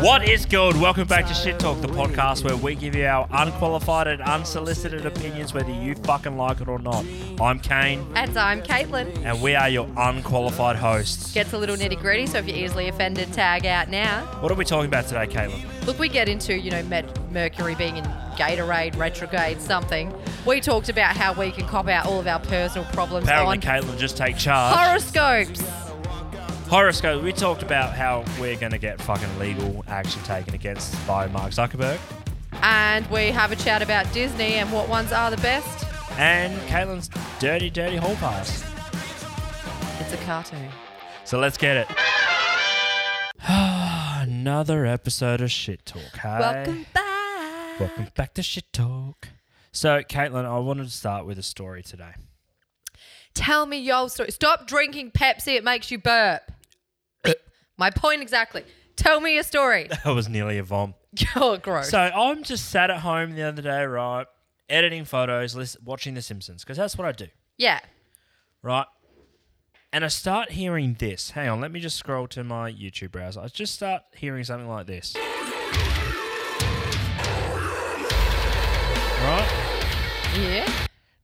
What is good? Welcome back to Shit Talk, the podcast where we give you our unqualified and unsolicited opinions, whether you fucking like it or not. I'm Kane, And I'm Caitlin. and we are your unqualified hosts. Gets a little nitty gritty, so if you're easily offended, tag out now. What are we talking about today, Caitlin? Look, we get into, you know, Med- Mercury being in Gatorade, retrograde, something. We talked about how we can cop out all of our personal problems Apparently, on Caitlin just take charge. horoscopes. Horoscope. We talked about how we're going to get fucking legal action taken against by Mark Zuckerberg. And we have a chat about Disney and what ones are the best. And Caitlin's dirty, dirty hall pass. It's a cartoon. So let's get it. Another episode of Shit Talk. Hey? Welcome back. Welcome back to Shit Talk. So, Caitlin, I wanted to start with a story today. Tell me your story. Stop drinking Pepsi, it makes you burp. My point exactly. Tell me your story. That was nearly a vom. You're gross. So, I'm just sat at home the other day, right? Editing photos, lis- watching The Simpsons, because that's what I do, yeah. right? And I start hearing this. Hang on, let me just scroll to my YouTube browser. I just start hearing something like this. Right? Yeah.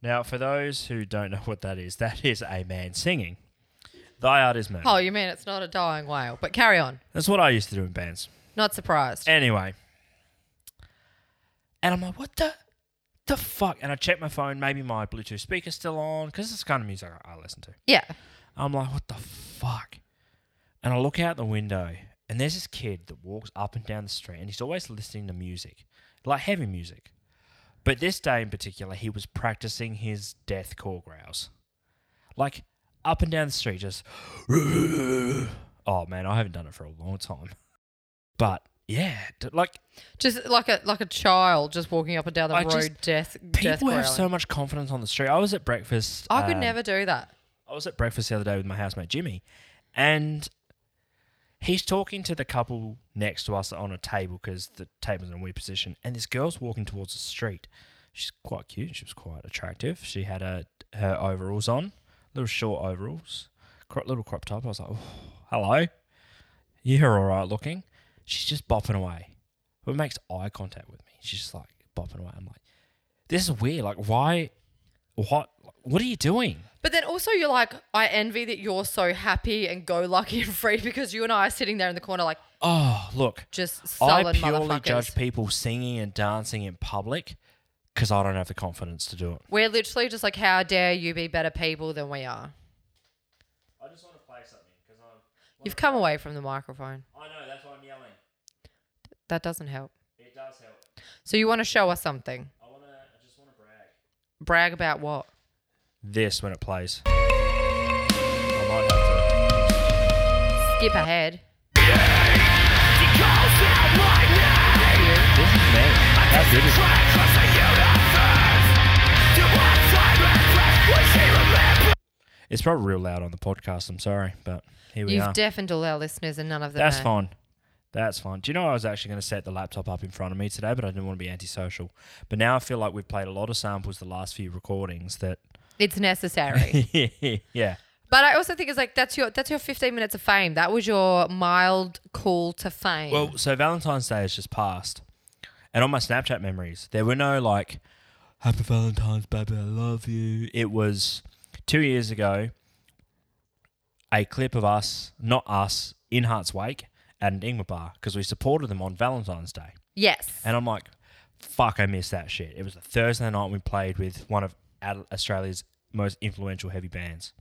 Now, for those who don't know what that is, that is a man singing. Thy art is man. Oh, you mean it's not a dying whale? But carry on. That's what I used to do in bands. Not surprised. Anyway. And I'm like, what the the fuck? And I check my phone, maybe my Bluetooth speaker's still on, because it's the kind of music I- I listen to. yeah. I'm like, what the fuck? And I look out the window, and there's this kid that walks up and down the street, and he's always listening to music, like heavy music. But this day in particular, he was practicing his death core growls. Like, up and down the street, just. Oh, man, I haven't done it for a long time. But, yeah, d- like, Just like a like a child just walking up and down the I road, just- death, death people have growling. so much confidence on the street. I was at breakfast. I could um, never do that. I was at breakfast the other day with my housemate Jimmy, and he's talking to the couple next to us on a table because the table's in a weird position. And this girl's walking towards the street. She's quite cute. She was quite attractive. She had her, her overalls on, little short overalls, cro- little crop top. I was like, oh, hello. You're all right looking. She's just bopping away, but makes eye contact with me. She's just like bopping away. I'm like, this is weird. Like, why? What? What are you doing? But then also you're like, I envy that you're so happy and go lucky and free because you and I are sitting there in the corner like Oh, look. just I sullen purely motherfuckers. judge people singing and dancing in public because I don't have the confidence to do it. We're literally just like, how dare you be better people than we are? I just want to play something because I'm. You've come away from the microphone. I know that's why I'm yelling. That doesn't help. It does help. So you want to show us something? I want to. I just want to brag. Brag about what? This when it plays. I might have Skip ahead. to. This is me. How good is it? It's probably real loud on the podcast. I'm sorry, but here we You've are. deafened all our listeners and none of them. That's know. fine. That's fine. Do you know I was actually going to set the laptop up in front of me today, but I didn't want to be antisocial. But now I feel like we've played a lot of samples the last few recordings that. It's necessary. yeah. But I also think it's like that's your that's your 15 minutes of fame. That was your mild call to fame. Well, so Valentine's Day has just passed. And on my Snapchat memories, there were no like, Happy Valentine's, baby, I love you. It was two years ago, a clip of us, not us, in Heart's Wake at an Ingmar bar because we supported them on Valentine's Day. yes. And I'm like, fuck, I miss that shit. It was a Thursday night we played with one of Ad- Australia's most influential heavy bands.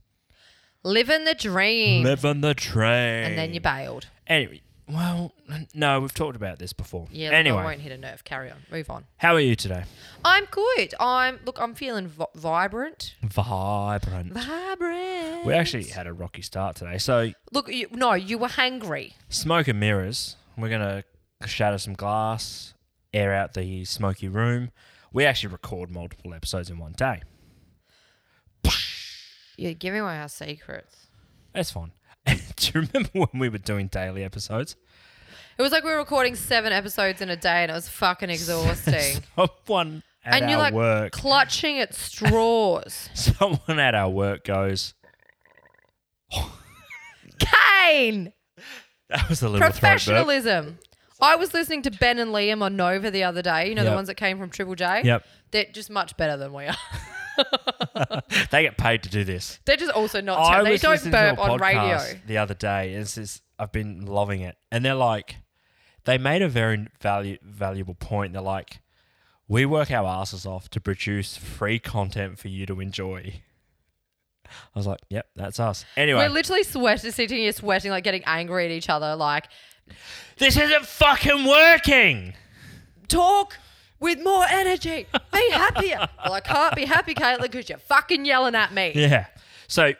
Living the dream. Live on the train. Mm. and then you bailed. Anyway, well, n- no, we've talked about this before. Yeah, look, I anyway, won't hit a nerve. Carry on. Move on. how are you today? I'm good. I'm look, I'm feeling vi- vibrant. Vibrant. Vibrant. We actually had a rocky start today. So, Look, you, no, you were hangry. smoke and mirrors. We're going to shatter some glass, air out the smoky room. We actually record multiple episodes in one day. You're giving away our secrets. That's fine. Do you remember when we were doing daily episodes? It was like we were recording seven episodes in a day and it was fucking exhausting. someone at and our you're like work clutching at straws. someone at our work goes Kane! that was a little throat burp." professionalism. I was listening to Ben and Liam on Nova the other day. You know Yep. the ones that came from Triple J. Yep. They're just much better than we are. they get paid to do this. They're just also not. I terrible. They was don't listening to a burp on radio. podcast the other day. And it's just, I've been loving it, and they're like, they made a very valu- valuable point. They're like, we work our asses off to produce free content for you to enjoy. I was like, yep, that's us. Anyway, We're literally sweating, sitting here sweating, like getting angry at each other. Like, this isn't fucking working. talk with more energy. Be happier. well, I can't be happy, Caitlin, because you're fucking yelling at me. Yeah. So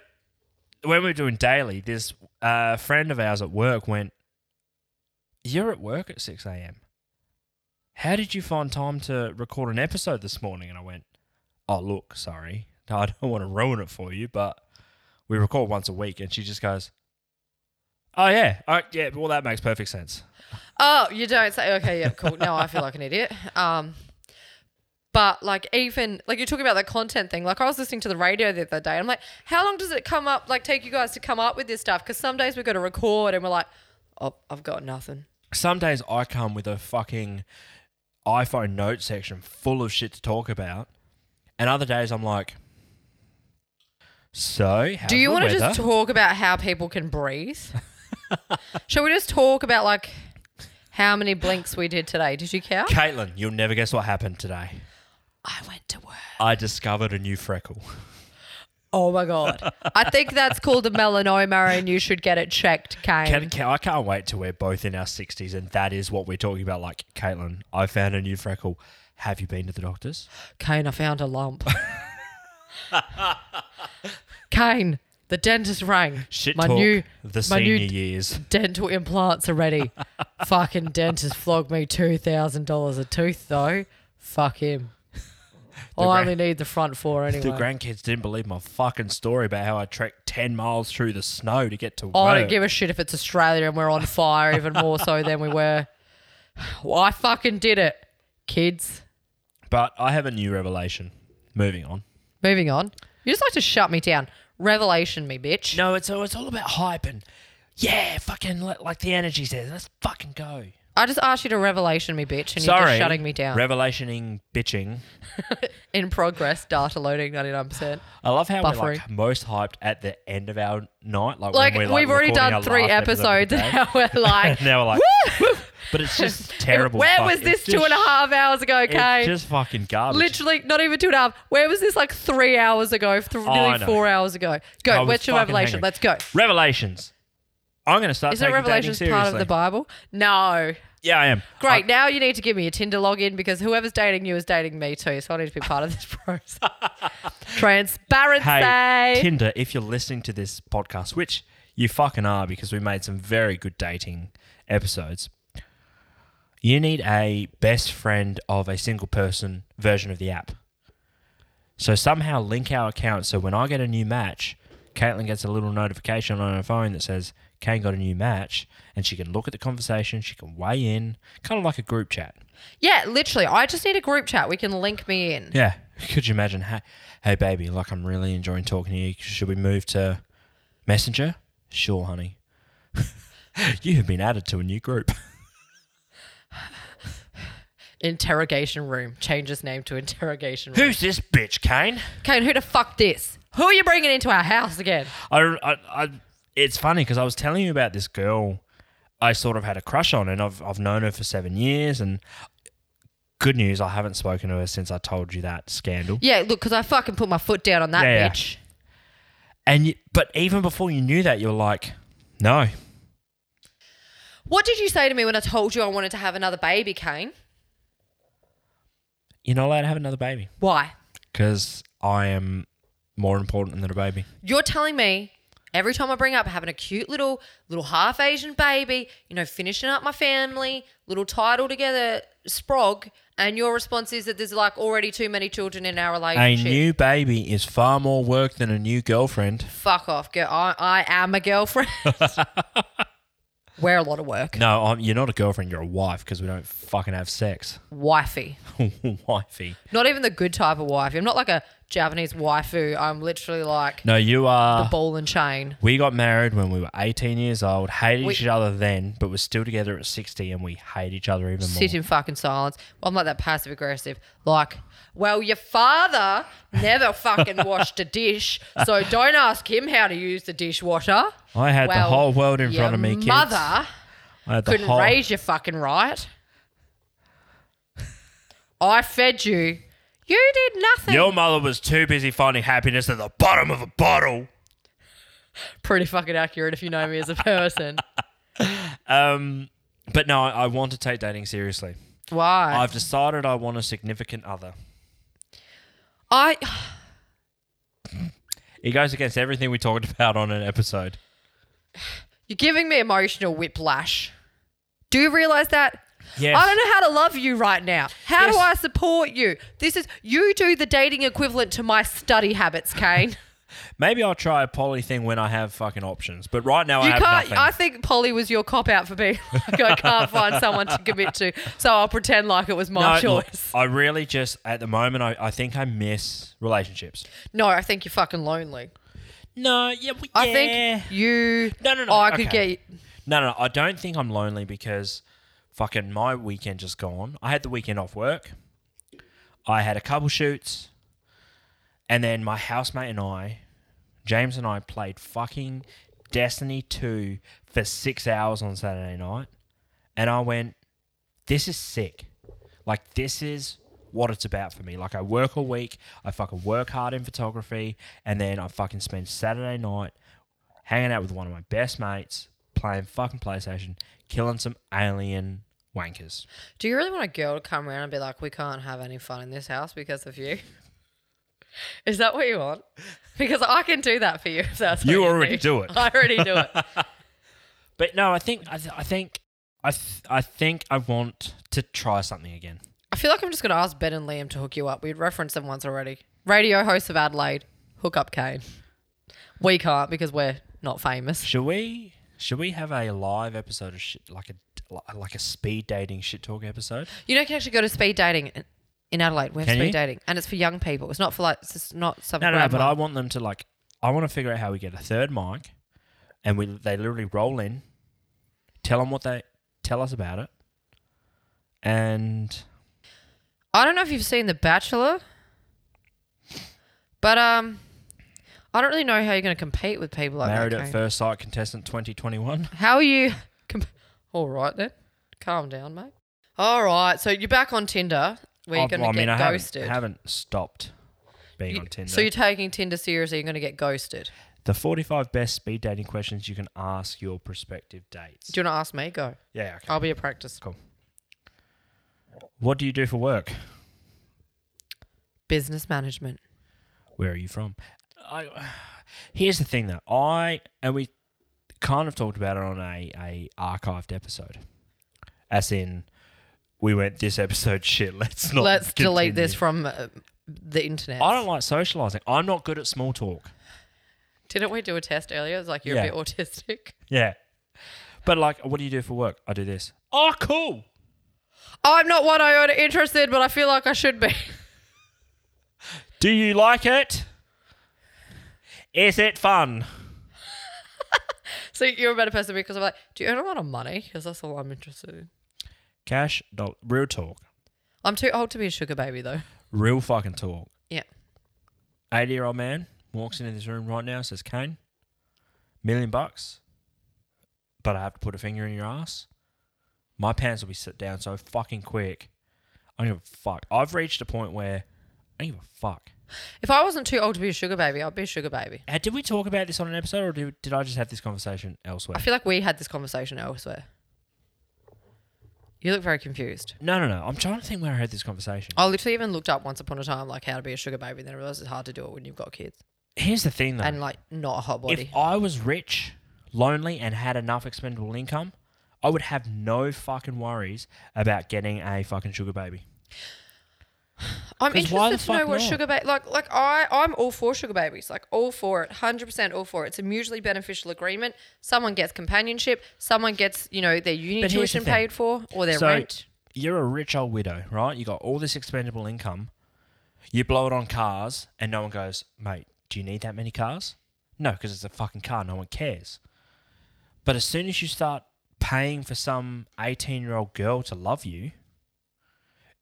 when we were doing daily, this uh, friend of ours at work went, You're at work at 6 a.m. How did you find time to record an episode this morning? And I went, Oh, look, sorry. I don't want to ruin it for you, but we record once a week. And she just goes, Oh, yeah. All right, yeah. Well, that makes perfect sense. Oh, you don't say. Okay, yeah, cool. Now I feel like an idiot. Um, but like even like you're talking about the content thing. Like I was listening to the radio the other day. I'm like, how long does it come up? Like take you guys to come up with this stuff? Because some days we go to record and we're like, oh, I've got nothing. Some days I come with a fucking iPhone note section full of shit to talk about, and other days I'm like, so how's Do you want to just talk about how people can breathe? Shall we just talk about like how many blinks we did today? Did you count? Caitlin? You'll never guess what happened today. I went to work. I discovered a new freckle. Oh my god! I think that's called a melanoma, and you should get it checked, Kane. Can, can, I can't wait till we're both in our sixties, and that is what we're talking about. Like Caitlin, I found a new freckle. Have you been to the doctors? Kane, I found a lump. Kane, the dentist rang. Shit my talk. new the my senior new years. dental implants are ready. Fucking dentist flogged me two thousand dollars a tooth though. Fuck him. I gra- only need the front four anyway. The grandkids didn't believe my fucking story about how I trekked ten miles through the snow to get to work. I don't give a shit if it's Australia and we're on fire even more so than we were. Well, I fucking did it, kids. But I have a new revelation. Moving on. Moving on. You just like to shut me down. Revelation me, bitch. No, it's it's all about hype and yeah, fucking li- like the energy says, let's fucking go. I just asked you to revelation me, bitch, and you're just Sorry, shutting me down. Revelationing, bitching. In progress, data loading 99%. I love how we're Buffering. like most hyped at the end of our night. Like, Like, when we're, we've like already recording done our three last episodes episode of the and day. now we're like, and now we're like, but it's just terrible. where fuck. was It's this just two and a half hours ago, sh- It's Kay? just fucking garbage. Literally, not even two and a half. Where was this like three hours ago, th- I nearly know. four hours ago? I Go, was what's your fucking revelation? hangry. Let's go. Revelations. I'm gonna start. Isn't taking dating Revelations part of seriously. the Bible? No. Yeah, I am. Great. now you need to give me a Tinder login because whoever's dating you is dating me too. So I need to be part of this process. Transparency. Hey, Tinder, if you're listening to this podcast, which you fucking are because we made some very good dating episodes, you need a best friend of a single person version of the app. So somehow link our account so when I get a new match, Caitlin gets a little notification on her phone that says, Kane got a new match, and she can look at the conversation, she can weigh in, kind of like a group chat. yeah, literally. I just need a group chat. We can link me in. Yeah. Could you imagine? Hey, hey, baby, like I'm really enjoying talking to you. Should we move to Messenger? Sure, honey. you have been added to a new group. Interrogation room. Change his name to interrogation room. Who's this bitch, Kane? Kane, who the fuck this? Who are you bringing into our house again? I, I, I it's funny because I was telling you about this girl I sort of had a crush on, and I've I've known her for seven years. And good news, I haven't spoken to her since I told you that scandal. Yeah, look, because I fucking put my foot down on that Yeah, yeah. bitch. And you, but even before you knew that, you're like, no, What did you say to me when I told you I wanted to have another baby, Kane? you're not allowed to have another baby Why? because I am more important than a baby. You're telling me every time I bring up having a cute little little half Asian baby, you know, finishing up my family, little title together sprog, and your response is that there's like already too many children in our A relationship. new baby is far more work than a new girlfriend. Fuck off, girl. I, I am a girlfriend. We're a lot of work. No, I'm, you're not a girlfriend. You're a wife because we don't fucking have sex. Wifey. Wifey. Not even the good type of wifey. I'm not like a Japanese waifu. I'm literally like No, you the are. ball and chain. We got married when we were 18 years old, hated We- each other then, but we're still together at 60 and we hate each other even Sit more. in fucking silence. Well, I'm like that passive aggressive. Like, well, your father never fucking washed a dish, so don't ask him how to use the dishwasher. I had the Well, whole world in your front of me, kids. Mother I had the couldn't whole- raise you fucking right. I fed you. You did nothing. Your mother was too busy finding happiness at the bottom of a bottle. Pretty fucking accurate if you know me as a person. Um, but no, I, I want to take dating seriously. Why? I've decided I want a significant other. I It goes against everything we talked about on an episode. you're giving me emotional whiplash. Do you realize that? Yes. I don't know how to love you right now. How Yes. do I support you? This is you do the dating equivalent to my study habits, Kane. Maybe I'll try a poly thing when I have fucking options. But right now I you have can't. nothing. I think Polly was your cop out for being like I can't find someone to commit to, so I'll pretend like it was my No, look, choice. I really just at the moment I, I think I miss relationships. No, I think you're fucking lonely. No, yeah, we, I think you. No, no, no, I could okay. get. No, no, no, I don't think I'm lonely because fucking my weekend just gone. I had the weekend off work. I had a couple shoots. And then my housemate and I, James and I, played fucking Destiny 2 for six hours on Saturday night. And I went, this is sick. Like, this is what it's about for me. Like, I work all week. I fucking work hard in photography. And then I fucking spend Saturday night hanging out with one of my best mates, playing fucking PlayStation, killing some alien wankers. Do you really want a girl to come around and be like, we can't have any fun in this house because of you? Is that what you want? Because I can do that for you. If that's what You you already do. do it. I already do it. But no, I think I, th- I think I th- I think I want to try something again. I feel like I'm just going to ask Ben and Liam to hook you up. We'd referenced them once already. Radio hosts of Adelaide, hook up Kane. We can't because we're not famous. Should we? Should we have a live episode of shit like a like a speed dating shit talk episode? You know, you can actually go to speed dating in- in Adelaide. We have Can speed you? dating, and it's for young people. It's not for like, it's just not something. No, no, no. But I want them to like. I want to figure out how we get a third mic, and we they literally roll in, tell them what they tell us about it, and I don't know if you've seen The Bachelor, but um, I don't really know how you're going to compete with people like married that. at Kane. first sight contestant 2021. How are you? Comp- All right then, calm down, mate. All right, so you're back on Tinder. Where you're I've- going well, to get I haven't- ghosted. Haven't, stopped being You- on Tinder. So you're taking Tinder seriously. You're going to get ghosted. the 45 best speed dating questions you can ask your prospective dates. Do you want to ask me? Go. yeah, okay. I'll be a practice What do you do for work? business management. Where are you from? I, here's the thing, though. I and we kind of talked about it on a, a archived episode, as in we went this episode shit. Let's not. Let's delete continue." this from uh, the internet. I don't like socializing. I'm not good at small talk. Didn't we do a test earlier? It was like you're Yeah. a bit autistic. Yeah, but like, what do you do for work? I do this. Oh, cool. I'm not one iota interested, but I feel like I should be. Do you like it? Is it fun? so you're a better person because I'm like, do you earn a lot of money? Because that's all I'm interested in. Cash, doll, real talk, I'm too old to be a sugar baby though. real fucking talk. Yeah. 80 year old man walks into this room right now, says, Kane, million bucks, but I have to put a finger in your ass. My pants will be set down so fucking quick. I don't give a fuck. I've reached a point where I don't give a fuck. If I wasn't too old to be a sugar baby, I'd be a sugar baby. Uh, did we talk about this on an episode or did, did I just have this conversation elsewhere? I feel like we had this conversation elsewhere. You look very confused. no, no, no. I'm trying to think where I had this conversation. I literally even looked up once upon a time like how to be a sugar baby, and then I realized it's hard to do it when you've got kids Here's the thing, though. and like not a hot body. If I was rich, lonely, and had enough expendable income, I would have no fucking worries about getting a fucking sugar baby. I'm 'Cause why interested the to know fuck what not? sugar baby like like I I'm all for sugar babies like all for it hundred percent all for it. It's a mutually beneficial agreement. Someone gets companionship. Someone gets you know their uni But here's the tuition thing. paid for or their So- rent. You're a rich old widow, right? You got all this expendable income. You blow it on cars, and no one goes, mate, do you need that many cars? No, because it's a fucking car. No one cares. But as soon as you start paying for some 18 year old girl to love you,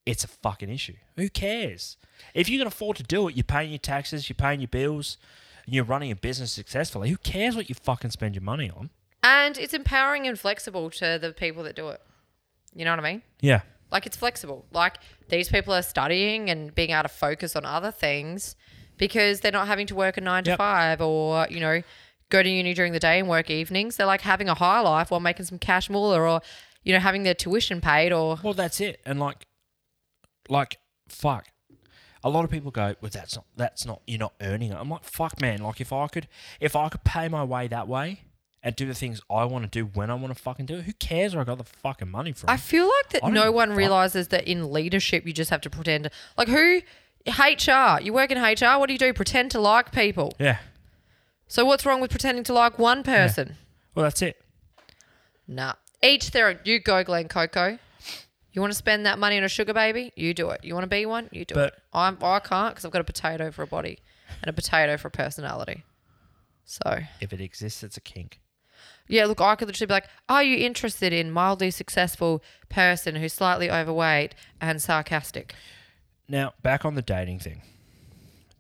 it's a fucking issue. Who cares? If you can afford to do it, you're paying your taxes, you're paying your bills, you're running a business successfully. Who cares what you fucking spend your money on? And it's empowering and flexible to the people that do it. You know what I mean? Yeah. Like it's flexible. Like these people are studying and being able to focus on other things because they're not having to work a nine to Yep. five or, you know, go to uni during the day and work evenings. They're like having a high life while making some cash moolah or, you know, having their tuition paid or Well, that's it. And like, like, fuck. A lot of people go, well, that's not, that's not, you're not earning it. I'm like, fuck, man. Like, if I could, if I could pay my way that way and do the things I want to do when I want to fucking do it, who cares where I got the fucking money from? I feel like I that don't no give a one fuck. realizes that in leadership you just have to pretend. Like who? HR. You work in HR. What do you do? Pretend to like people. yeah. So what's wrong with pretending to like one person? Well, that's it. Nah. Each their own. You go, Glen Coco. You want to spend that money on a sugar baby? You do it. You want to be one? You do But- it. I'm, I can't because I've got a potato for a body and a potato for a personality. So If it exists, it's a kink. Yeah, look, I could literally be like, "Are you interested in mildly successful person who's slightly overweight and sarcastic?" Now, back on the dating thing.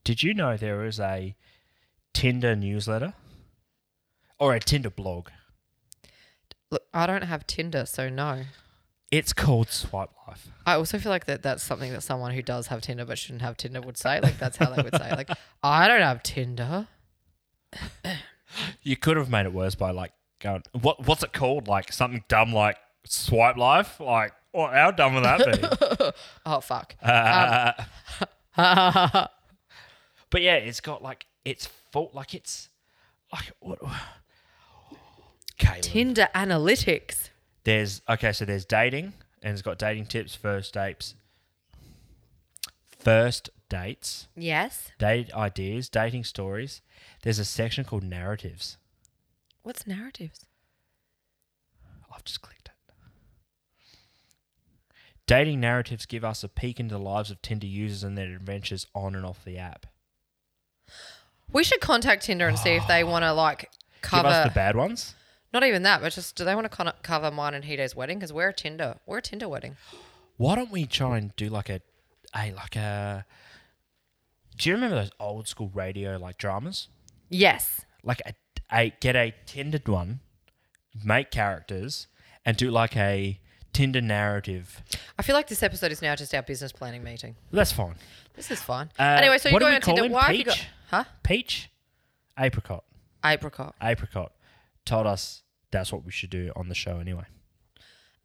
Did you know there is a Tinder newsletter or a Tinder blog? Look, I don't have Tinder, so no. It's called Swipe Life. I also feel like that that's something that someone who does have Tinder but shouldn't have Tinder would say. Like that's how they would say, like, "I don't have Tinder." You could have made it worse by like going, what what's it called? Like something dumb like Swipe Life? Like, well, how dumb would that be? Oh fuck. Uh, but yeah, it's got like, it's full, like it's, like, what? Caleb. Tinder analytics. There's okay, so there's dating, and it's got dating tips, first dates, first dates, Yes. date ideas, dating stories. There's a section called narratives. What's narratives? I've just clicked it. Dating narratives give us a peek into the lives of Tinder users and their adventures on and off the app. We should contact Tinder and see if they want to like Give us the cover. bad ones. Not even that, but just do they want to con- cover mine and Hide's wedding? Because we're a Tinder. We're a Tinder wedding. Why don't we try and do like a, a like a. Do you remember those old school radio like dramas? Yes. like a, a get a tindered one, make characters, and do like a Tinder narrative. I feel like this episode is now just our business planning meeting. That's fine. This is fun. Uh, anyway, so what you're do we going on call Tinder. him? Why have you got? Peach? Huh? Peach, apricot, Apricot. apricot, told us that's what we should do on the show anyway.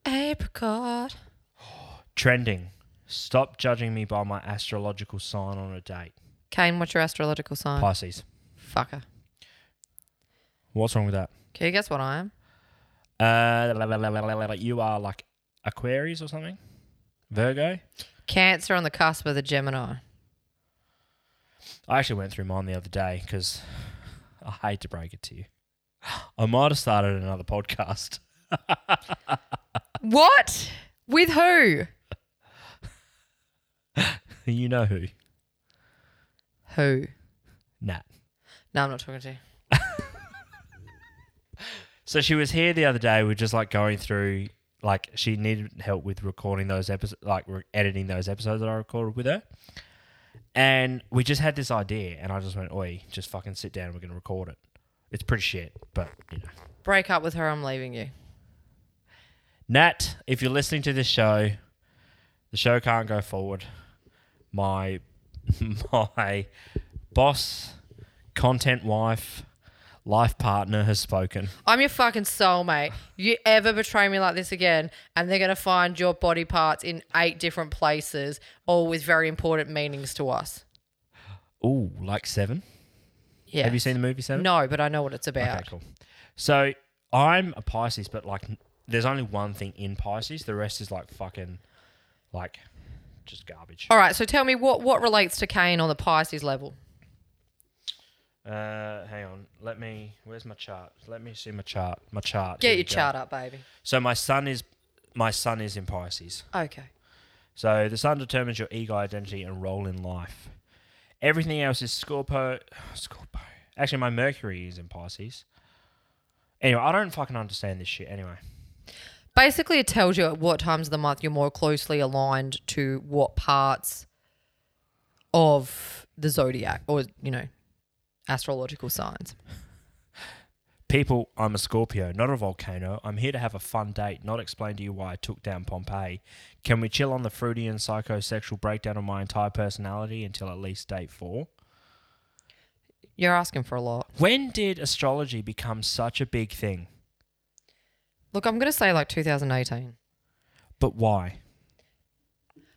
Apricot. Trending. Stop judging me by my astrological sign on a date. Kane, what's your astrological sign? Pisces. Fucker. What's wrong with that? Can you guess what I am? Uh, la- la- la- la- la- la- la- you are like Aquarius or something. Virgo. Cancer on the cusp of the Gemini. I actually went through mine the other day because I hate to break it to you. I might have started another podcast. What? With who? you know who? Who? Nat. No, I'm not talking to you. So she was here the other day. We are just like going through, like, she needed help with recording those episodes, like, re- editing those episodes that I recorded with her. And we just had this idea, and I just went, Oi, just fucking sit down. We're going to record it. It's pretty shit, but, you know. Break up with her. I'm leaving you. Nat, if you're listening to this show, the show can't go forward. My my boss, content wife, life partner has spoken. I'm your fucking soulmate. You ever betray me like this again, and they're gonna find your body parts in eight different places, all with very important meanings to us. Ooh, like seven. Yeah. Have you seen the movie Seven? No, but I know what it's about. Okay, cool. So I'm a Pisces, but like, n- there's only one thing in Pisces. The rest is like fucking, like, just garbage. All right, so tell me what what relates to Cain on the Pisces level. Uh, hang on. Let me. Where's my chart? Let me see my chart. My chart. Get Here your we go. chart up, baby. So my son is my son is in Pisces. Okay. So the sun determines your ego identity and role in life. Everything else is Scorpio. Scorpio. Actually, my Mercury is in Pisces. Anyway, I don't fucking understand this shit. Anyway, Basically, it tells you at what times of the month you're more closely aligned to what parts of the zodiac or, you know, astrological signs. people, I'm a Scorpio, not a volcano. I'm here to have a fun date, not explain to you why I took down Pompeii. Can we chill on the fruity and psychosexual breakdown of my entire personality until at least date four? You're asking for a lot. When did astrology become such a big thing? Look, I'm going to say like 2018. But why?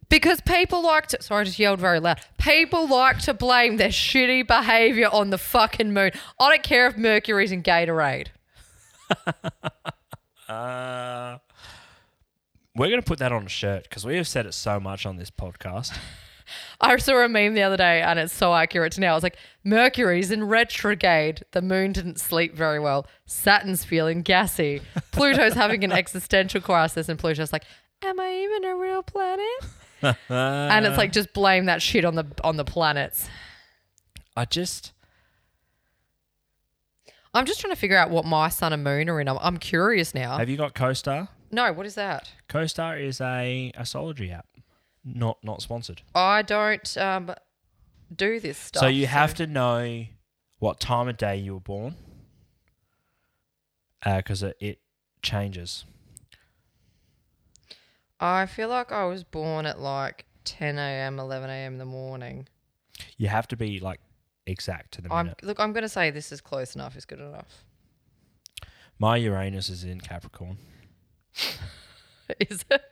Because people like to, sorry, I just yelled very loud. People like to blame their shitty behavior on the fucking moon. I don't care if Mercury's in Gatorade. Uh, we're going to put that on a shirt because we have said it so much on this podcast. I saw a meme the other day and it's so accurate to now. I was like, Mercury's in retrograde. The moon didn't sleep very well. Saturn's feeling gassy. Pluto's having an existential crisis. And Pluto's like, Am I even a real planet? and it's like, just blame that shit on the on the planets. I just, I'm just trying to figure out what my sun and moon are in. I'm, I'm curious now. have you got CoStar? No, what is that? CoStar is a astrology app, not not sponsored. I don't um, do this stuff. so you have to know what time of day you were born, because it, it changes. I feel like I was born at like 10 a.m., 11 a.m. in the morning. You have to be like exact to the I'm minute. look. I'm gonna say this is close enough. Is good enough. My Uranus is in Capricorn. Is it?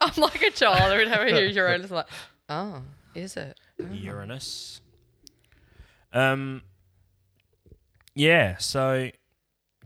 I'm like a child. Every time I hear Uranus, I'm like, oh, is it? Uranus. Um. Yeah. So,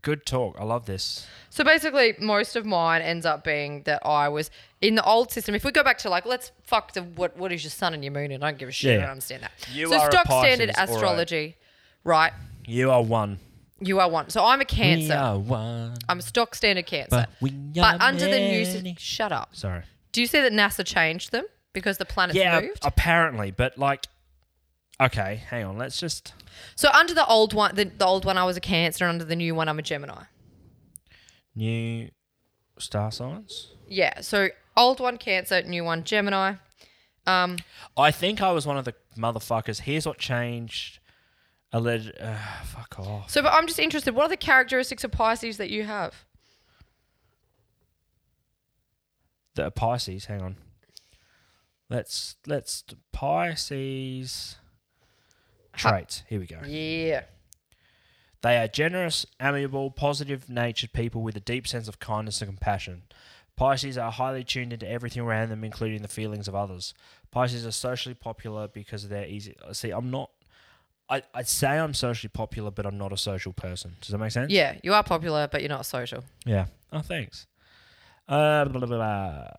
good talk. I love this. So basically, most of mine ends up being that I was in the old system. If we go back to like, let's fuck the what? What is your sun and your moon? And I don't give a shit. I Yeah. don't understand that. You so are a stock standard Pisces, all right. astrology, right. You are one. You are one. So I'm a We Cancer. are one. I'm a stock standard Cancer. But we are But under the many. news, shut up. Sorry. Do you see that NASA changed them because the planets yeah. uh, moved? Apparently, but like, okay. Hang on. Let's just. So under the old one, the, the old one, I was a Cancer, and under the new one, I'm a Gemini. New star signs? Yeah. So old one Cancer, new one Gemini. Um, I think I was one of the motherfuckers. Here's what changed. Alleged. Uh, fuck off. so, but I'm just interested. What are the characteristics of Pisces that you have? The Pisces. Hang on. Let's let's Pisces traits. Here we go. Yeah. They are generous, amiable, positive natured people with a deep sense of kindness and compassion. Pisces are highly tuned into everything around them, including the feelings of others. Pisces are socially popular because of their easy. See, I'm not. I, I say I'm socially popular, but I'm not a social person. Does that make sense? Yeah. You are popular, but you're not social. Yeah. Oh, thanks. Uh, blah, blah, blah, blah.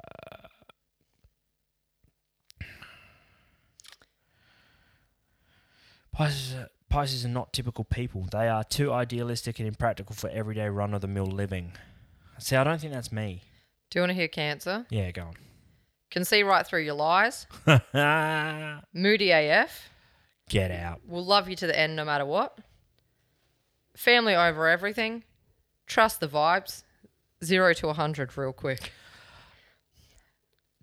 Pisces, are, Pisces are not typical people. They are too idealistic and impractical for everyday run of the mill living. See, I don't think that's me. Do you want to hear Cancer? Yeah, go Can see right through your lies. on. Moody AF. Get out. Will love you to the end, no matter what. Family over everything. Trust the vibes. Zero to a hundred, real quick.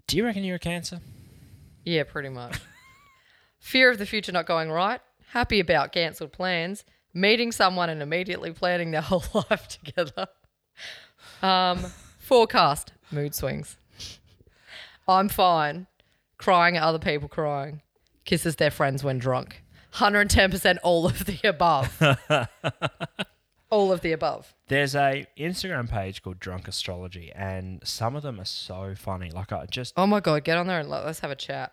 Do you reckon you're a cancer? Yeah, pretty much. Fear of the future not going right, happy about cancelled plans, meeting someone and immediately planning their whole life together. Um, forecast, mood swings. I'm fine. Crying at other people crying. Kisses their friends when drunk. 110% all of the above. all of the above. There's a Instagram page called Drunk Astrology, and some of them are so funny. Like I just Oh my god, get on there and let, let's have a chat.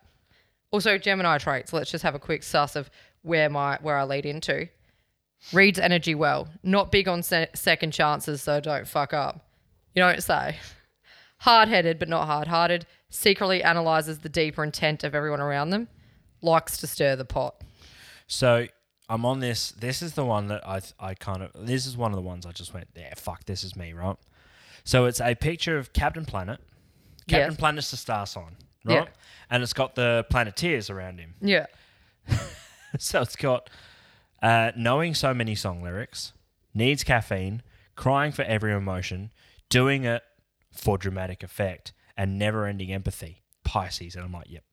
Also, Gemini traits. Let's just have a quick suss of where my where I lead into. Reads energy well. Not big on se- second chances, so don't fuck up. You don't say. Hard headed, but not hard hearted. Secretly analyzes the deeper intent of everyone around them. Likes to stir the pot. So I'm on this. This is the one that I I kind of. This is one of the ones I just went. Yeah, fuck. This is me, right? So it's a picture of Captain Planet Captain Yes. Planet's the star sign, right? Yeah. And it's got the Planeteers around him. Yeah. So it's got uh, knowing so many song lyrics, needs caffeine, crying for every emotion, doing it for dramatic effect, and never ending empathy. Pisces. And I'm like, yep.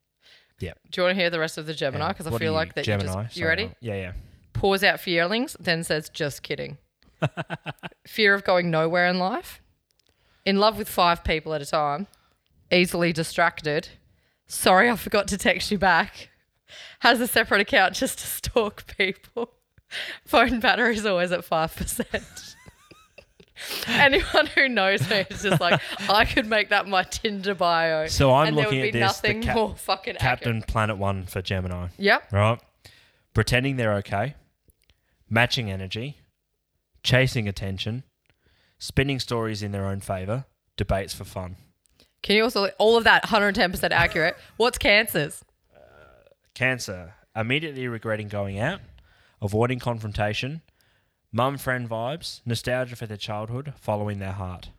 Yep. Do you want to hear the rest of the Gemini? And Because I what are feel like that you Gemini? just. You Sorry, ready? no. Yeah, yeah. Pours out fearlings, then says, just kidding. Fear of going nowhere in life. In love with five people at a time. Easily distracted. Sorry, I forgot to text you back. Has a separate account just to stalk people. Phone battery's always at 5%. Anyone who knows me is just like, I could make that my Tinder bio. So I'm and looking there would at be this. the nothing cap- more fucking accurate. Captain Planet One for Gemini, Yep. right? Pretending they're okay, matching energy, chasing attention, spinning stories in their own favor, debates for fun. Can you also all of that 110% accurate? What's cancers? Cancer, immediately regretting going out, avoiding confrontation, mum friend vibes, nostalgia for their childhood, following their heart.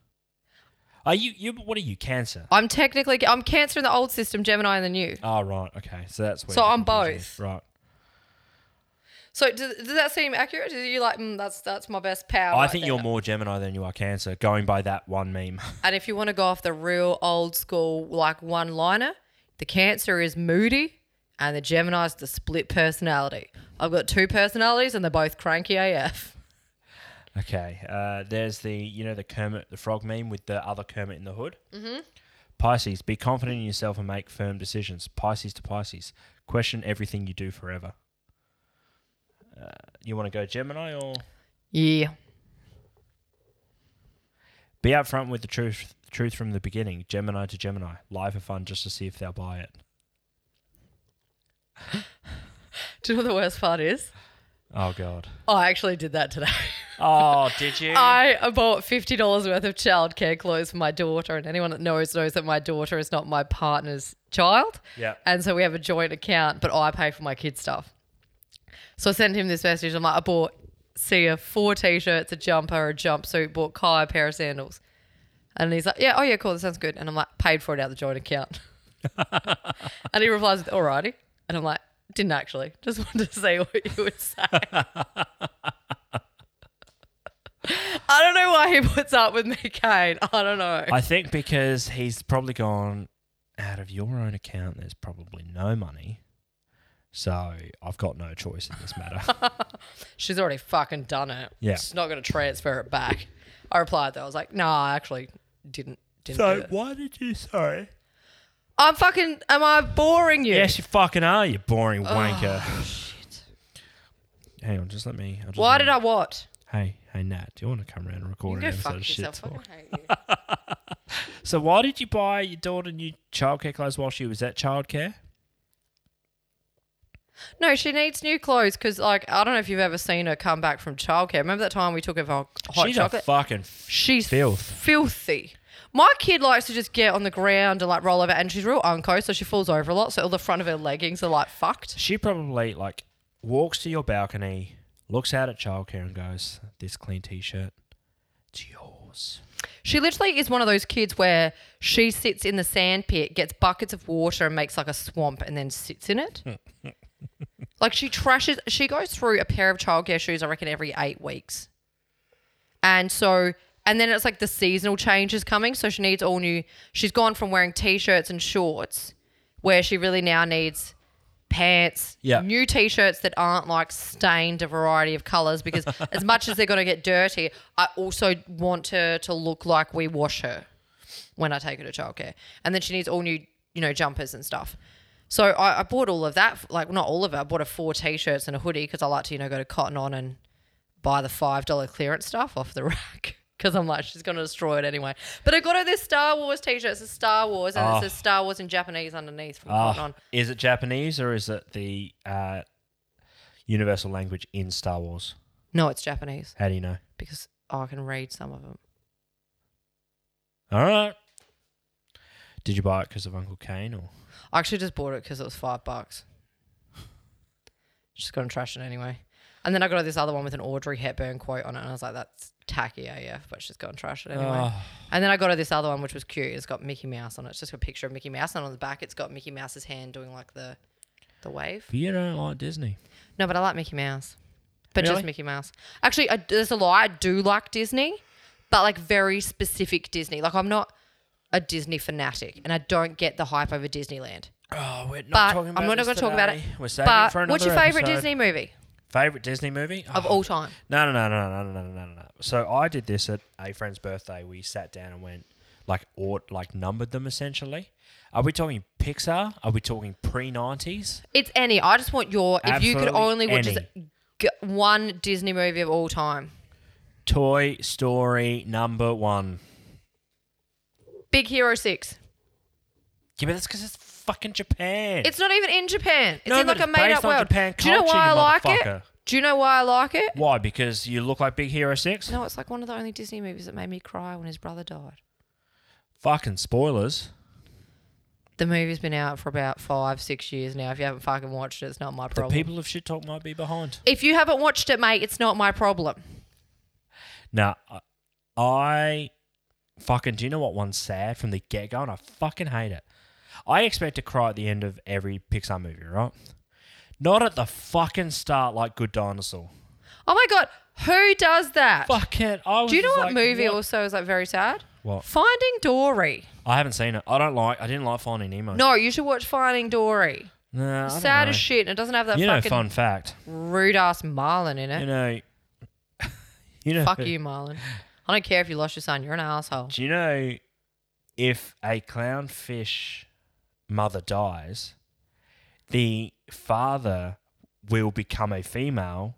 Are you you what are you Cancer? I'm technically I'm cancer in the old system, Gemini in the new. Oh right, okay. So that's where So the I'm confusion both. is. Right. So does, does that seem accurate? Do you like mm, that's that's my best power? I right think there. you're more Gemini than you are Cancer going by that one meme. And if you want to go off the real old school like one liner, the cancer is moody, and the Gemini's the split personality. I've got two personalities, and they're both cranky AF. Okay. Uh, there's the you know the Kermit the Frog meme with the other Kermit in the hood. Mm-hmm. Pisces, be confident in yourself and make firm decisions. Pisces to Pisces, question everything you do forever. Uh, you want to go Gemini or Yeah. be upfront with the truth? Truth from the beginning, Gemini to Gemini, lie for fun just to see if they'll buy it. Do you know what the worst part is? Oh God! I actually did that today. Oh, did you? I bought fifty dollars worth of childcare clothes for my daughter, and anyone that knows knows that my daughter is not my partner's child. Yeah. And so we have a joint account, but I pay for my kids' stuff. So I sent him this message. I'm like, I bought Sia four t-shirts, a jumper, a jumpsuit. Bought Kai a pair of sandals. And he's like, Yeah, oh yeah, cool. That sounds good. And I'm like, paid for it out of the joint account. and he replies with, Alrighty. And I'm like, Didn't actually. Just wanted to see what you would say. I don't know why he puts up with me, Kane. I don't know. I think because he's probably gone out of your own account. There's probably no money, so I've got no choice in this matter. She's already fucking done it. Yeah. She's not going to transfer it back. I replied though. I was like, no, I actually didn't. Didn't. do it. why did you sorry? I'm fucking. Am I boring you? Yes, you fucking are, you boring Oh, wanker. Hang on, just let me. I'll just Why let did me- I what? Hey, hey, Nat, do you want to come around and record Go an episode fuck of shit yourself. talk? Fucking hate you. So, why did you buy your daughter new childcare clothes while she was at childcare? no, she needs new clothes because, like, I don't know if you've ever seen her come back from childcare. Remember that time we took her for hot She's chocolate? a fucking. F- She's Filth. filthy. My kid likes to just get on the ground and like roll over, and she's real unco, so she falls over a lot. So all the front of her leggings are like fucked. she probably like walks to your balcony, looks out at childcare, and goes, "This clean t-shirt, it's yours." She literally is one of those kids where she sits in the sand pit, gets buckets of water, and makes like a swamp, and then sits in it. like she trashes. She goes through a pair of childcare shoes, I reckon, every eight weeks. And so, and then it's like the seasonal change is coming, so she needs all new. She's gone from wearing t-shirts and shorts, where she really now needs pants, Yeah. new t-shirts that aren't like stained a variety of colors because as much as they're going to get dirty, I also want her to look like we wash her when I take her to childcare. And then she needs all new, you know, jumpers and stuff. So I, I bought all of that, like not all of it. I bought her four t-shirts and a hoodie because I like to, you know, go to Cotton On and buy the five dollar clearance stuff off the rack because I'm like she's gonna destroy it anyway. But I got her this Star Wars T-shirt. It says Star Wars and Oh. it says Star Wars in Japanese underneath from Cotton Ah, On. is it Japanese or is it the uh, universal language in Star Wars? No, it's Japanese How do you know? because I can read some of them. All right. Did you buy it because of Uncle Kane or? I actually just bought it because it was five bucks. She's gonna trash it anyway. And then I got this other one with an Audrey Hepburn quote on it, and I was like, that's tacky AF, but she's gone trash it anyway. Oh. And then I got her this other one, which was cute. It's got Mickey Mouse on it. It's just a picture of Mickey Mouse, and on the back, it's got Mickey Mouse's hand doing like the, the wave. But you don't like Disney. No, but I like Mickey Mouse. But Really? just Mickey Mouse. Actually, I, there's a lie. I do like Disney, but like very specific Disney. Like I'm not a Disney fanatic, and I don't get the hype over Disneyland. Oh, we're not But talking about I'm not this going to talk about it. today. We're saving it But for another what's your favorite episode. Disney movie Favorite Disney movie? of Oh, all time? No, no, no, no, no, no, no, no, no, no. So I did this at a friend's birthday. We sat down and went like or like numbered them essentially. Are we talking Pixar? Are we talking pre nineties? It's any. I just want your. If you could Absolutely only watch just any. g- one Disney movie of all time, Toy Story number one. Big Hero Six. Yeah, but that's because it's fucking Japan. It's not even in Japan. It's No, in but like a it's made based up on world. Japan Do you know culture, why I you like motherfucker. it? Do you know why I like it? why? Because you look like Big Hero Six. No, it's like one of the only Disney movies that made me cry when his brother died. Fucking spoilers. The movie's been out for about five, six years now. If you haven't fucking watched it, it's not my problem. The people of shit talk might be behind. if you haven't watched it, mate, it's not my problem. Now, I- I fucking do you know what one's sad from the get go, and I fucking hate it. I expect to cry at the end of every Pixar movie, right? Not at the fucking start, like Good Dinosaur. Oh my god, who does that? Fucking, I was Do you know just what like, movie What? also is like very sad? What? Finding Dory. I haven't seen it. I don't like. I didn't like Finding Nemo. No, you should watch Finding Dory. nah, I don't Sad know. as shit, and it doesn't have that You know, fucking fun fact. rude ass Marlin in it. You know, you know. Fuck you, Marlin. I don't care if you lost your son. You're an asshole. Do you know if a clownfish mother dies, the father will become a female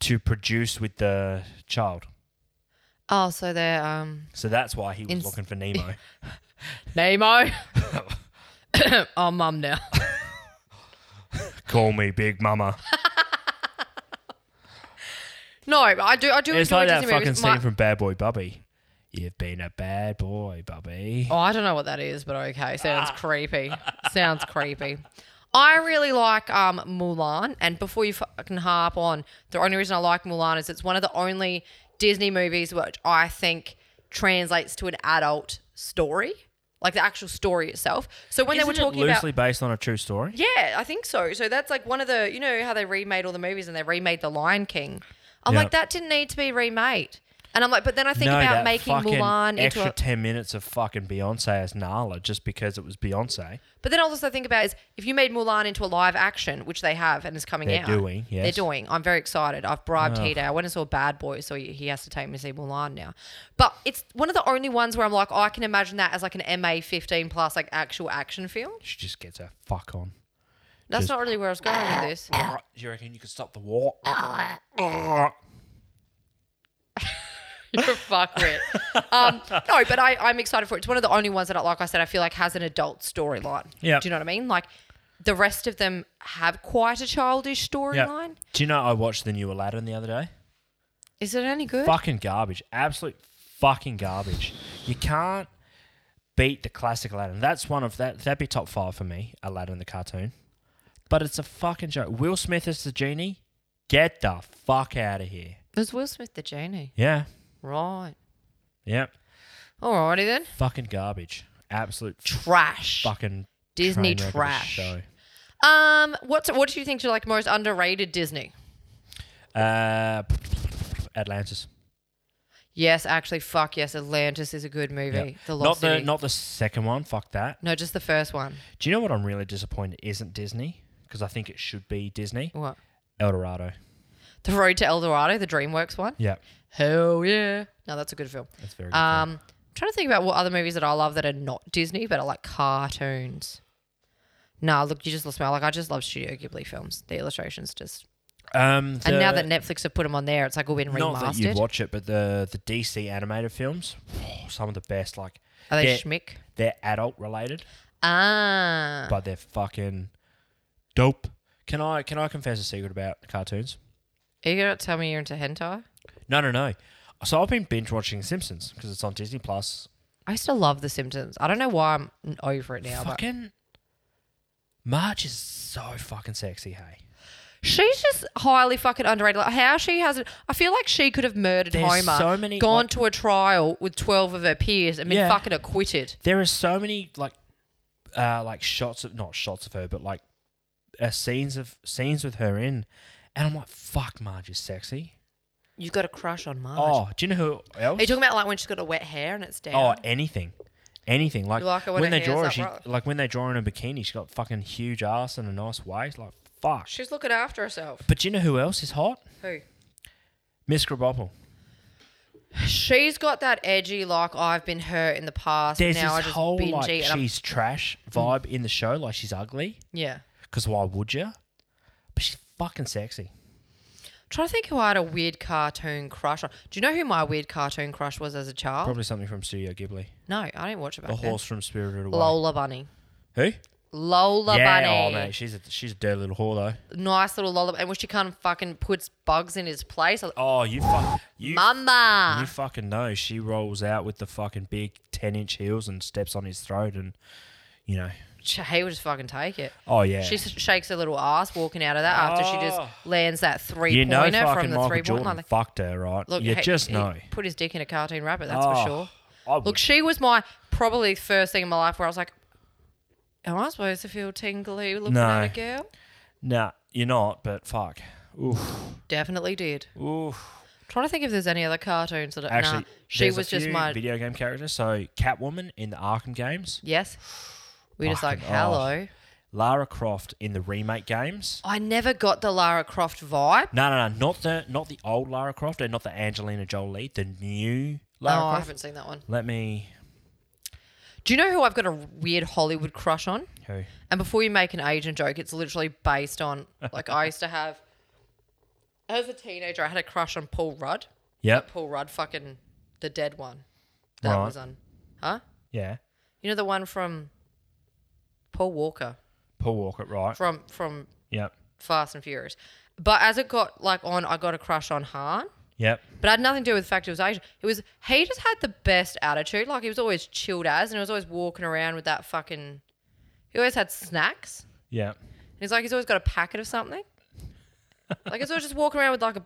to produce with the child. Oh, so they're um So that's why he was Ins- looking for Nemo. Nemo. oh, mum now. Call me Big Mama. No, but I do. I do it's enjoy like that Disney fucking movies. scene My- from Bad Boy Bubby. You've been a bad boy, Bubby. Oh, I don't know what that is, but okay. Sounds Ah. creepy. Sounds creepy. I really like um, Mulan, and before you fucking harp on, the only reason I like Mulan is it's one of the only Disney movies which I think translates to an adult story, like the actual story itself. So when Isn't they were talking it about loosely based on a true story? yeah, I think so. So that's like one of the, you know, how they remade all the movies and they remade The Lion King. I'm Yeah. like, that didn't need to be remade. And I'm like, but then I think no, about that making fucking Mulan extra into a. ten minutes of fucking Beyonce as Nala just because it was Beyonce. But then I also think about is if you made Mulan into a live action, which they have and is coming They're out. doing, yes. They're doing. I'm very excited. I've bribed Tito. I went and saw Bad Boys, so he he has to take me to see Mulan now. But it's one of the only ones where I'm like, oh, I can imagine that as like an MA 15 plus, like actual action film. She just gets her fuck on. That's Just- not really where I was going with this. Do you reckon you could stop the war? You're a fuckwit. um, no, but I, I'm excited for it. It's one of the only ones that, I, like I said, I feel like has an adult storyline. Yeah. Do you know what I mean? Like the rest of them have quite a childish storyline. Do you know I watched the new Aladdin the other day? Is it any good? Fucking garbage. Absolute fucking garbage. You can't beat the classic Aladdin. That's one of that that'd be top five for me, Aladdin the cartoon. But it's a fucking joke. Will Smith is the genie? Get the fuck out of here. Is Will Smith the genie? Yeah. Right. Yep. Alrighty then. Fucking garbage. Absolute Trash. fucking Disney train wreck of a trash. show. Um, what's what do you think you like most underrated Disney? Uh Atlantis. Yes, actually, fuck yes, Atlantis is a good movie. Yep. The Not Lost the City. not the second one. Fuck that. no, just the first one. Do you know what I'm really disappointed isn't Disney? Because I think it should be Disney. What? El Dorado. The Road to El Dorado, the DreamWorks one. Yeah, Hell yeah! No, that's a good film. that's very good. Um, I'm trying to think about what other movies that I love that are not Disney, but are like cartoons. Nah, look, you just lost me. Like, I just love Studio Ghibli films. The illustrations just. film. um, the, and now that Netflix have put them on there, it's like all been not that remastered. you'd watch it, but the the DC animated films, oh, some of the best. Like are they Yeah. schmick? they're adult related, Ah. but they're fucking dope. Can I can I confess a secret about cartoons? are you going to tell me you're into hentai? No, no, no. So I've been binge watching Simpsons because it's on Disney Plus. I used to love The Simpsons. I don't know why I'm n- over it now. But fucking Marge is so fucking sexy. Hey, She's just highly fucking underrated. Like how she hasn't, I feel like she could have murdered There's Homer, so many, gone like- to a trial with twelve of her peers, and been Yeah. fucking acquitted. There are so many like, uh, like shots of not shots of her, but like uh, scenes of scenes with her in, and I'm like, fuck, Marge is sexy. You got a crush on Marge. Oh, do you know who else? Are you talking about like when she's got a wet hair and it's down? Oh, anything, anything. Like, like her when when her they draw her, hair's she up, right? like when they draw her in a bikini, she's got fucking huge ass and a nice waist. Like, fuck. she's looking after herself. But do you know who else is hot? Who? Miss Grabopple. She's got that edgy, like I've been hurt in the past. There's now I this just whole binge like eat. and I'm- Hmm. she's trash vibe in the show. Like she's ugly. yeah. Cause why would you? But she's fucking sexy. trying to think who I had a weird cartoon crush on. Do you know who my weird cartoon crush was as a child? Probably something from Studio Ghibli. No, I didn't watch it back The then. horse from Spirited Away. Lola Bunny. Who? Lola yeah, Bunny. oh man, she's a she's a dirty little whore though. Nice little Lola. And when she kind of fucking puts bugs in his place, I'm like, Oh, you fuck you. Mama. You fucking know she rolls out with the fucking big ten inch heels and steps on his throat and you know. Sh- He would just fucking take it. Oh yeah. She s- shakes her little ass walking out of that after she Oh. just lands that three you know pointer fucking from the Michael three point Jordan line. Like, fucked her, right? look, you he- just he know. put his dick in a cartoon rabbit, that's Oh, for sure. I would. Look, she was my probably first thing in my life where I was like, Am I supposed to feel tingly looking No. at a girl? nah, you're not. But fuck. Oof. Definitely did. Oof. trying to think if there's any other cartoons that I Actually, nah, she there's was a just few my video game character. So Catwoman in the Arkham games, yes. We're just like, Fucking- oh. hello. Lara Croft in the remake games. I never got the Lara Croft vibe. No, no, no, not the not the old Lara Croft and not the Angelina Jolie, the new Lara No, I Croft. haven't seen that one. Let me. Do you know who I've got a weird Hollywood crush on? Who? And before you make an agent joke, it's literally based on like I used to have as a teenager, I had a crush on Paul Rudd. Yep. Paul Rudd, fucking the dead one. That Right. was on, huh? Yeah. You know the one from Paul Walker Paul Walker, right? from from Yep. Fast and Furious. But as it got like on, I got a crush on Han. Yep. But it had nothing to do with the fact he was Asian. It was he just had the best attitude. Like he was always chilled as, and he was always walking around with that fucking. He always had snacks. Yep. And he's like, he's always got a packet of something. Like he's always just walking around with like a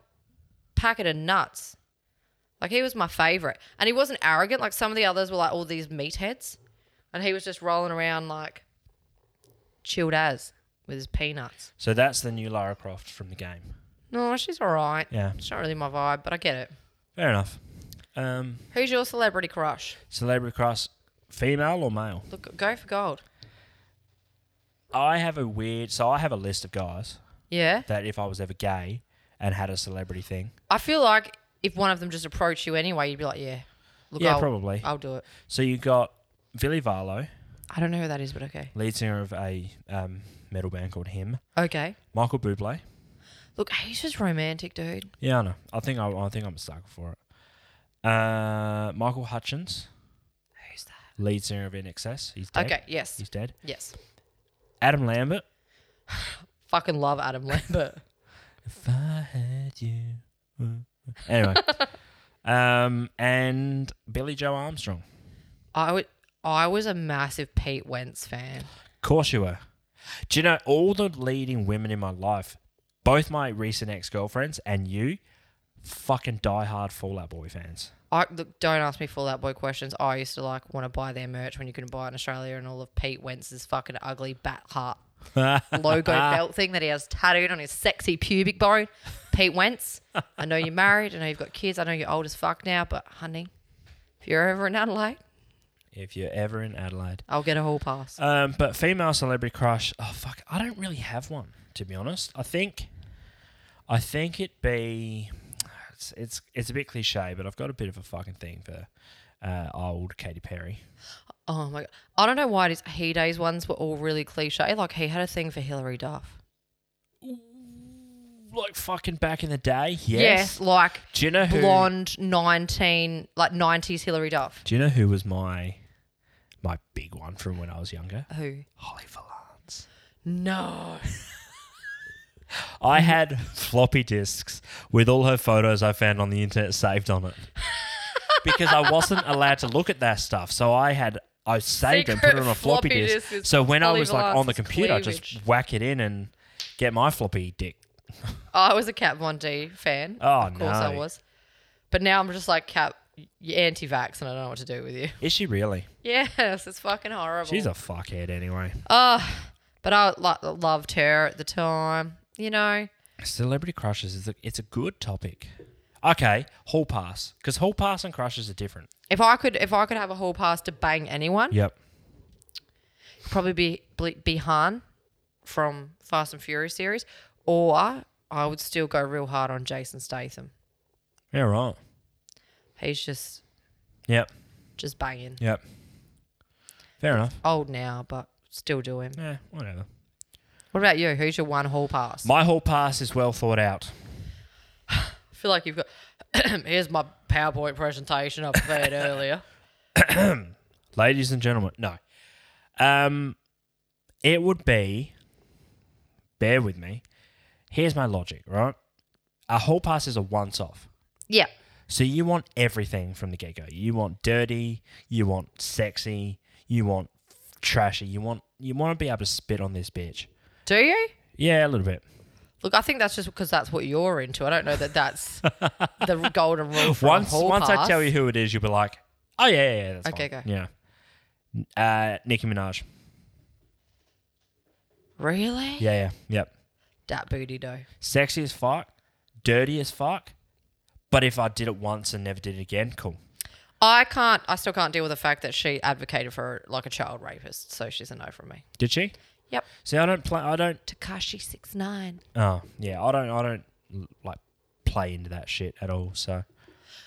packet of nuts. Like he was my favorite, and he wasn't arrogant. Like some of the others were like all these meatheads, and he was just rolling around like chilled as with his peanuts. So that's the new Lara Croft from the game. No, she's all right. Yeah. It's not really my vibe, but I get it. Fair enough. Um, Who's your celebrity crush? celebrity crush, female or male? Look, go for gold. I have a weird. So I have a list of guys Yeah. that if I was ever gay and had a celebrity thing, I feel like if one of them just approached you anyway, you'd be like, yeah. Look, Yeah, I'll, probably. I'll do it. so you got Billy Varlo, I don't know who that is, but okay. lead singer of a um, metal band called Him. Okay. Michael Bublé. Look, he's just romantic, dude. Yeah, I know. I think I, I think I'm a sucker for it. Uh, Michael Hutchins, Who's that? lead singer of NXS, he's dead. Okay, yes. he's dead. Yes. Adam Lambert. Fucking love Adam Lambert. If I had you. Anyway, um, and Billy Joe Armstrong. I would. I was a massive Pete Wentz fan. Of course you were. Do you know all the leading women in my life? Both my recent ex girlfriends and you, fucking diehard Fallout Boy fans. I look, don't ask me Fallout Boy questions. I used to like want to buy their merch when you couldn't buy it in Australia, and all of Pete Wentz's fucking ugly bat heart logo belt thing that he has tattooed on his sexy pubic bone. Pete Wentz, I know you're married. I know you've got kids. I know you're old as fuck now, but honey, if you're ever in Adelaide, If you're ever in Adelaide. I'll get a hall pass. Um, but female celebrity crush, oh fuck, I don't really have one to be honest. I think, I think it be, it's it's, it's a bit cliche, but I've got a bit of a fucking thing for uh, old Katy Perry. Oh my god! I don't know why his he days ones were all really cliche. Like he had a thing for Hillary Duff. Like fucking back in the day, yes. like Do you know who? blonde nineteen, like nineties Hillary Duff. Do you know who was my my big one from when I was younger? Who? Holly Valance. No. I had floppy disks with all her photos I found on the internet saved on it. because I wasn't allowed to look at that stuff. So I had I saved them, put it on a Secret floppy floppy, disk. disk is So when I Holly was like on the Valance's computer, I just cleavage. whack it in and get my floppy dick I was a Kat Von D fan. Oh, of course I no. was. But now I'm just like Kat, you're anti-vax, and I don't know what to do with you. Is she really? Yes, it's fucking horrible. She's a fuckhead anyway. Oh, but I lo- loved her at the time. You know, Celebrity crushes is a, it's a good topic. Okay, hall pass because hall pass and crushes are different. if I could, if I could have a hall pass to bang anyone, Yep. it'd probably be Ble- be Han from Fast and Furious series, or I would still go real hard on Jason Statham. Yeah. Right. He's just Yep. just banging. Yep. Fair enough. Old now, but still do him. Yeah. Whatever. What about you? Who's your one hall pass? My hall pass is well thought out. I feel like you've got. here's my PowerPoint presentation I prepared earlier. ladies and gentlemen. No, um, it would be. Bear with me. Here's my logic, right? A whole pass is a once-off, Yeah, so you want everything from the get-go. You want dirty, you want sexy, you want trashy, you want you want to be able to spit on this bitch. do you? Yeah, a little bit. Look, I think that's just because that's what you're into. I don't know that that's the golden rule for Once a hall once I pass. tell you who it is, you'll be like, oh yeah, yeah, yeah that's Okay, fine. go. Yeah. Uh, Nicki Minaj. Really? Yeah, yeah, yep. That booty dough. sexy as fuck, dirty as fuck. But if I did it once and never did it again, cool. I can't. I still can't deal with the fact that she advocated for like a child rapist, so she's a no from me. Did she? Yep. See, I don't play. I don't. Takashi six nine. Oh, yeah. I don't. I don't like play into that shit at all. So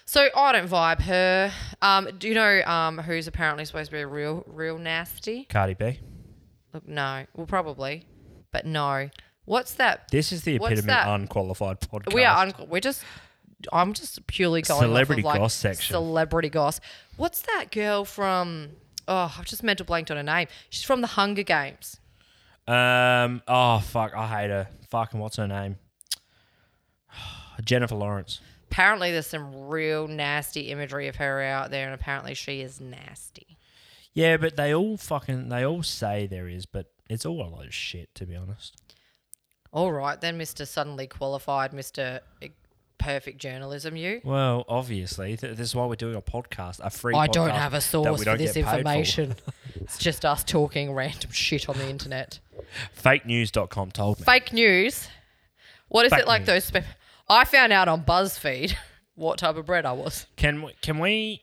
So I don't vibe her. Um, do you know um who's apparently supposed to be real, real nasty? Cardi B. Look, no. Well, probably, but no. What's that? This is the What's epitome that? unqualified podcast. We are. Un- we're just. I'm just purely going Celebrity off of, like, goss section. Celebrity goss. What's that girl from? Oh, I've just mental blanked on her name. She's from the Hunger Games. um. Oh fuck. I hate her. Fucking what's her name? Jennifer Lawrence. Apparently, there's some real nasty imagery of her out there, and apparently, she is nasty. Yeah, but they all fucking. They all say there is, but it's all a load of shit. To be honest. All right, then, Mister Suddenly Qualified, Mister Perfect Journalism, you. Well, obviously, th- this is why we're doing a podcast, a free. I don't podcast have a that source we for don't this get paid information. it's just us talking random shit on the internet. Fakenews.com told me. fake news. What is Fake it like news. those? Spe- I found out on BuzzFeed what type of bread I was. Can we, can we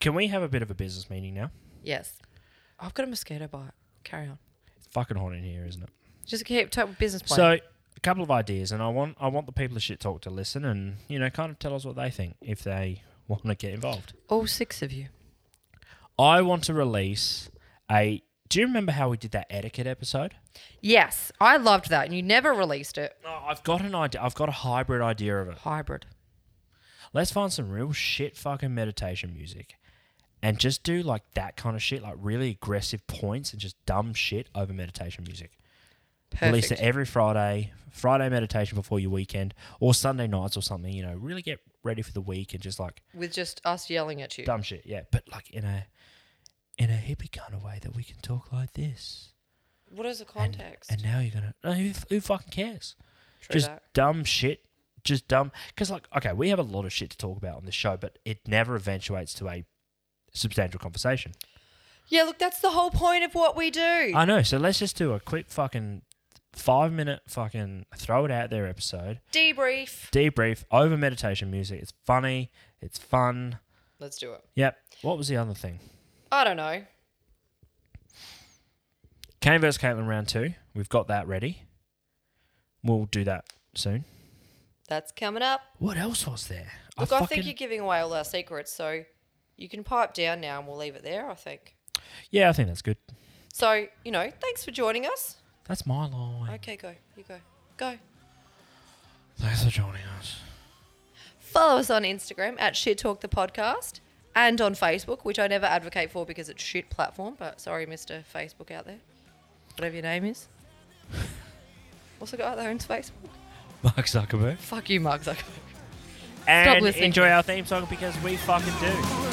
can we have a bit of a business meeting now? Yes, I've got a mosquito bite. Carry on. It's fucking hot in here, isn't it? Just keep talking business plan. So, a couple of ideas, and I want I want the people of shit talk to listen and you know kind of tell us what they think if they want to get involved. all six of you. I want to release a. Do you remember how we did that etiquette episode? Yes, I loved that, and you never released it. No, Oh, I've got an idea. I've got a hybrid idea of it. Hybrid. Let's find some real shit fucking meditation music and just do like that kind of shit, like really aggressive points and just dumb shit over meditation music. Release Perfect. it every Friday, Friday meditation before your weekend or Sunday nights or something, you know, really get ready for the week and just like With just us yelling at you. dumb shit. Yeah, but like in a in a hippie kind of way that we can talk like this. What is the And- context? And, now you're gonna no, who, who fucking cares? True just that. dumb shit. Just dumb. Because, like, okay, we have a lot of shit to talk about on this show, but it never eventuates to a substantial conversation. Yeah, look, that's the whole point of what we do. I know. So let's just do a quick fucking five minute fucking throw it out there episode, Debrief. debrief over meditation music. It's funny. It's fun. Let's do it. Yep. What was the other thing? I don't know. Kane versus Caitlin round two. We've got that ready. We'll do that soon. That's coming up. What else was there? Look, I fucking- think you're giving away all our secrets, so you can pipe down now and we'll leave it there, I think. yeah, I think that's good. So, you know, thanks for joining us. That's my line. Okay, go. You go. Go. Thanks for joining us. Follow us on Instagram at Shit Talk the Podcast and on Facebook, which I never advocate for because it's shit platform, but sorry, Mr. Facebook out there. Whatever your name is. also got their own Facebook. Mark Zuckerberg. Fuck you, Mark Zuckerberg. and listening. enjoy our theme song because we fucking do.